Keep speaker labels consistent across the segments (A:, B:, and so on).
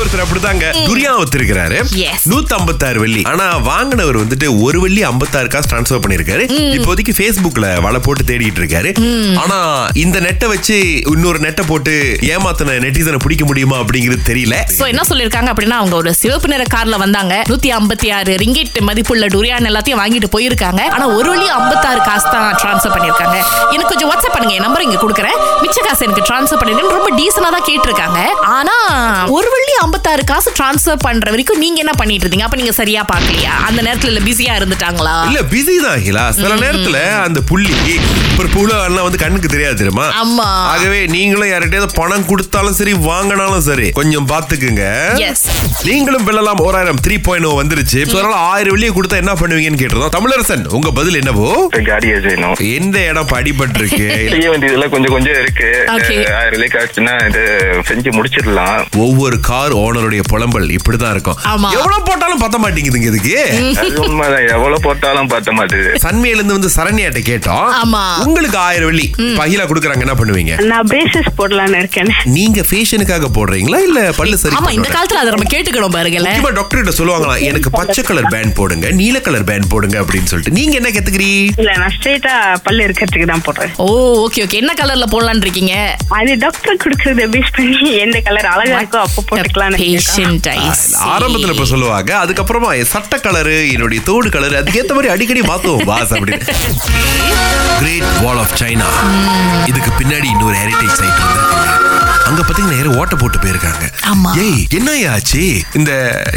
A: ஒருத்தர் அப்படிதாங்க துரியா ஒத்துருக்கிறாரு
B: Yes.
A: நூத்தி வெள்ளி ஆனா வாங்கினவர் வந்துட்டு ஒரு வெள்ளி 56 காசு டிரான்ஸ்ஃபர் பண்ணிருக்காரு இப்போதைக்கு Facebookல வலை போட்டு தேடிட்டு இருக்காரு ஆனா இந்த நெட்டை வச்சு இன்னொரு நெட்டை போட்டு ஏமாத்தின நெட்டிசனை பிடிக்க முடியுமா அப்படிங்கிறது தெரியல
B: சோ என்ன சொல்லிருக்காங்க அப்படின்னா அவங்க ஒரு சிவப்பு நிற கார்ல வந்தாங்க நூத்தி ஐம்பத்தி ஆறு ரிங்கிட் மதிப்புள்ள டூரியான் எல்லாத்தையும் வாங்கிட்டு போயிருக்காங்க ஆனா ஒரு வழி ஐம்பத்தாறு காசு தான் ட்ரான்ஸ்ஃபர் பண்ணிருக்காங்க எனக்கு கொஞ்சம் வாட்ஸ்அப் பண்ணுங்க என் நம்பர் இங்க கொடுக்குறேன் மிச்ச காசு எனக்கு ட்ரான்ஸ்ஃபர் பண்ணிடுன்னு ரொம்ப டீசனா தான் கேட்டிருக்காங்க ஆனா ஒரு வழி ஐம்பத்தாறு காசு ட்ரான்ஸ்ஃபர் பண்ற வரைக்கும் நீங்க என்ன பண்ணிட்டு இருந்தீங்க அப்ப நீங்க சரியா பாக்கலையா அந்த நேரத்துல இல்ல பிஸியா இருந்துட்டாங்களா
A: இல்ல பிஸி தான் அகிலா சில நேரத்துல அந்த புள்ளி ஒரு புழு எல்லாம் வந்து கண்ணுக்கு தெரியாது தெரியுமா
B: ஆமா.
A: ஆகவே நீங்களும் யார்கிட்டயாவது பணம் கொடுத்தாலும் சரி வாங்கினாலும் சரி கொஞ்சம் பாத்துக்குங்க
B: Yes.
A: நீங்களும் வெல்லலாம் ஓராயிரம் த்ரீ பாயிண்ட் ஓ oh வந்துருச்சு இப்ப அதனால ஆயிரம் வெளியே கொடுத்தா என்ன பண்ணுவீங்கன்னு கேட்டிருந்தோம் தமிழரசன் உங்க பதில் என்னவோ
C: காடியை செய்யணும்
A: எந்த இடம் படிபட்டு இருக்கு
C: செய்ய வேண்டியதெல்லாம் கொஞ்சம் கொஞ்சம் இருக்கு
B: Okay.
C: அஹ் ஆயிரம் லேக் ஆச்சுன்னா இது செஞ்சு முடிச்சிடலாம்
A: ஒவ்வொரு கார் ஓனருடைய புலம்பல் இப்படிதான் இருக்கும்
B: ஆமா.
A: எவ்வளவு போட்டாலும் பத்த மாட்டேங்குதுங்க இதுக்கு
C: அது உண்மைதான் எவ்வளவு போட்டாலும் பார்த்த மாட்டேது
A: சன்மையில இருந்து வந்து சரண்யாட்ட கேட்டோம்
B: ஆமா.
A: உங்களுக்கு ஆயிரம் வெள்ளி பகிலா குடுக்குறாங்க என்ன பண்ணுவீங்க
D: நான் பிரேசஸ் போடலான்னு இருக்கேன்
A: நீங்க ஃபேஷனுக்காக போடுறீங்களா இல்ல பல்லு சரி
B: ஆமா இந்த
A: பண்றோட?
B: காலத்துல அதை நம்ம கேட்டுக்கணும் பாருங்களேன்
A: முக்கியமா டாக்டர் கிட்ட சொல்லுவாங்களாம் எனக்கு பச்சை கலர் பேண்ட் போடுங்க நீல கலர் பேண்ட் போடுங்க அப்படின்னு சொல்லிட்டு நீங்க என்ன கத்துக்கிறீ
D: இல்ல நான் ஸ்ட்ரெயிட்டா பல்லு இருக்கிறதுக்கு தான் போடுறேன்
B: ஓ ஓகே ஓகே என்ன கலர்ல போடலான்னு இருக்கீங்க
D: அது டாக்டர் குடுக்கறத பேஸ் பண்ணி எந்த கலர் அழகா இருக்கோ அப்ப போட்டுக்கலாம்னு இருக்கேன்.
B: Patient, I see.
A: ஆரம்பத்துல இப்ப சொல்லுவாங்க அதுக்கப்புறமா என் சட்டை கலரு என்னுடைய தோடு கலரு அதுக்கேத்த மாதிரி அடிக்கடி மாத்துவோம் பாஸ் அப்படின்னு கிரேட் வால் ஆஃப் சைனா இதுக்கு பின்னாடி இன்னொரு ஹெரிட்டேஜ் சைட் வந்து அங்க பாத்தீங்கன்னா நேரம் ஓட்ட போட்டு போயிருக்காங்க
B: ஆமா.
A: ஏய் என்ன ஆச்சு இந்த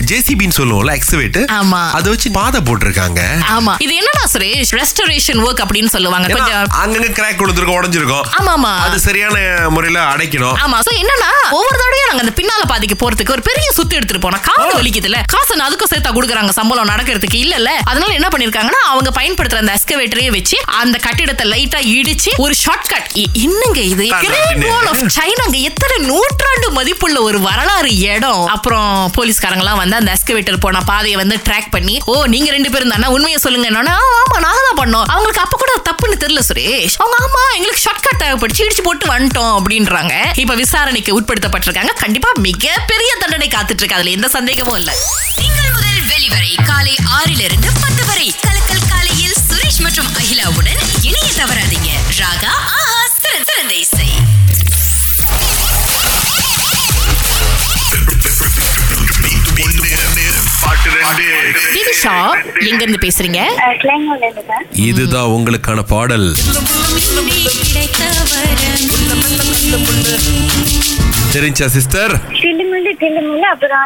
A: ஜேசிபின்னு சொல்லுவோம்ல எக்ஸ்வேட்
B: ஆமா.
A: அதை வச்சு பாதை போட்டிருக்காங்க
B: ஆமா இது என்னடா சுரேஷ் ரெஸ்டரேஷன் ஒர்க் அப்படின்னு சொல்லுவாங்க
A: ஏன்னா,
B: கொஞ்சம்
A: அங்கங்க கிராக் விழுந்திருக்கும் உடைஞ்சிருக்கும்
B: ஆமா, ஆமா.
A: அது சரியான முறையில அடைக்கணும்
B: ஆமா சோ என்னன்னா ஒவ்வொரு தடவையும் நாங்க அந்த பின்னால பாதிக்கு போறதுக்கு ஒரு பெரிய சுத்து எடுத்துட்டு போனோம் காசு வலிக்குதுல காசு நான் அதுக்கும் சேர்த்தா கொடுக்குறாங்க சம்பளம் நடக்கிறதுக்கு இல்லல்ல அதனால என்ன பண்ணிருக்காங்கன்னா அவங்க பயன்படுத்துற அந்த எஸ்கவேட்டரையே வச்சு அந்த கட்டிடத்தை லைட்டா இடிச்சு ஒரு ஷார்ட் கட் என்னங்க இது
A: தான்
B: கிரேட்
A: அப்படின்னு.
B: வால் ஆஃப் சைனாங்க எத்தனை நூற்றாண்டு மதிப்புள்ள ஒரு வரலாறு இடம் அப்புறம் போலீஸ்காரங்க எல்லாம் வந்து அந்த எஸ்கவேட்டர் போன பாதையை வந்து ட்ராக் பண்ணி ஓ நீங்க ரெண்டு பேரும் தானே உண்மையை சொல்லுங்க என்னன்னா, "ஆ, ஆமா நாங்க தான் பண்ணோம் அவங்களுக்கு அப்ப கூட அது தப்புன்னு தெரியல சுரேஷ் அவங்க ஆமா எங்களுக்கு ஷார்ட் கட் தேவைப்படுச்சு இடிச்சு போட்டு வந்துட்டோம் அப்படின்றாங்க இப்ப விசாரணைக்கு உட்படுத்தப்பட்டிருக்காங்க கண்டிப்பா மிகப்பெரிய தண்டனை காத்துட்டு இருக்கு அதுல எந்த சந்தேகமும் இல்ல
E: திங்கள் முதல் வெளிவரை காலை ஆறிலிருந்து பத்து வரை கலக்கல் காலையில் சுரேஷ் மற்றும் அகிலாவுடன் இணைய தவறாதீங்க ராகா ஆஹா சிறந்த சிறந்த இசை
B: திவிஷா எங்க இருந்து பேசுறீங்க
A: இதுதான் உங்களுக்கான பாடல் தெரிஞ்சா சிஸ்டர்
F: தில்லுமுள்ளு தில்லுமுள்ளு அப்புறம்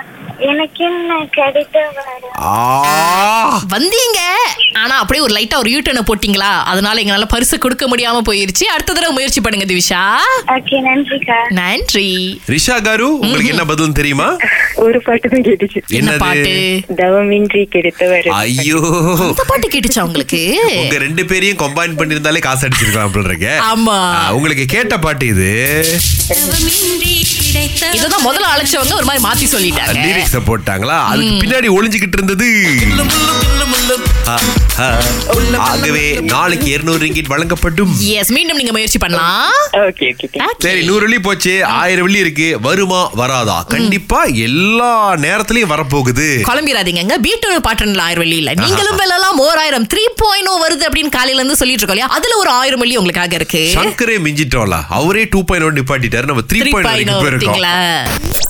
F: எனக்கு என்ன கிடைத்த வரம்?
B: வந்தீங்க ஆனா அப்படியே ஒரு லைட்டா ஒரு யூட்டனை போட்டீங்களா அதனால எங்களால பரிசு கொடுக்க முடியாம போயிருச்சு அடுத்த தடவை முயற்சி பண்ணுங்க திவிஷா
F: ஓகே நன்றிக்கா
B: நன்றி
A: ரிஷா காரு உங்களுக்கு என்ன பதில் தெரியுமா
G: ஒரு பாட்டு தான் கேட்டுச்சு
B: என்ன பாட்டு
A: என்னது
G: தவமின்றி கிடைத்தவர்
A: ஐயோ
B: இந்த பாட்டு கேட்டுச்சா உங்களுக்கு
A: உங்க ரெண்டு பேரையும் கம்பைன் பண்ணிருந்தாலே காசு அடிச்சிருக்கலாம் அப்படின்றீங்க
B: ஆமா.
A: உங்களுக்கு கேட்ட பாட்டு இது
B: இததான் முதல்ல அழைச்சவங்க ஒரு மாதிரி மாத்தி சொல்லிட்டாங்க
A: லிரிக்ஸ போட்டாங்களா அதுக்கு பின்னாடி ஒளிஞ்சுகிட்டு இருந்தது ஆ, ஆ. ஆகவே நாளைக்கு 200 ரிங்கிட் வழங்கப்படும்
B: எஸ் மீண்டும் நீங்க முயற்சி பண்ணலாம்
G: ஓகே ஓகே
A: சரி நூறு வெள்ளி போச்சு ஆயிரம் வெள்ளி இருக்கு வருமா வராதா கண்டிப்பா எல்லா நேரத்திலயும் வரப்போகுது
B: குழம்பிடாதீங்க பீட்டு பாட்டன்ல ஆயிரம் வெள்ளி இல்ல நீங்களும் வெல்லலாம் ஓர் ஆயிரம் த்ரீ பாயிண்ட் வருது அப்படின்னு காலையில இருந்து சொல்லிட்டு இருக்கோம் இல்லையா அதுல ஒரு ஆயிரம் வெள்ளி உங்களுக்காக இருக்கு
A: சங்கரே மிஞ்சிட்டோம்ல அவரே டூ பாயிண்ட் ஒன் oh நிப்பாட்டிட்டாரு நம்ம oh three
B: three
A: point
B: point
A: இருக்கோம்
B: இருக்கீங்களா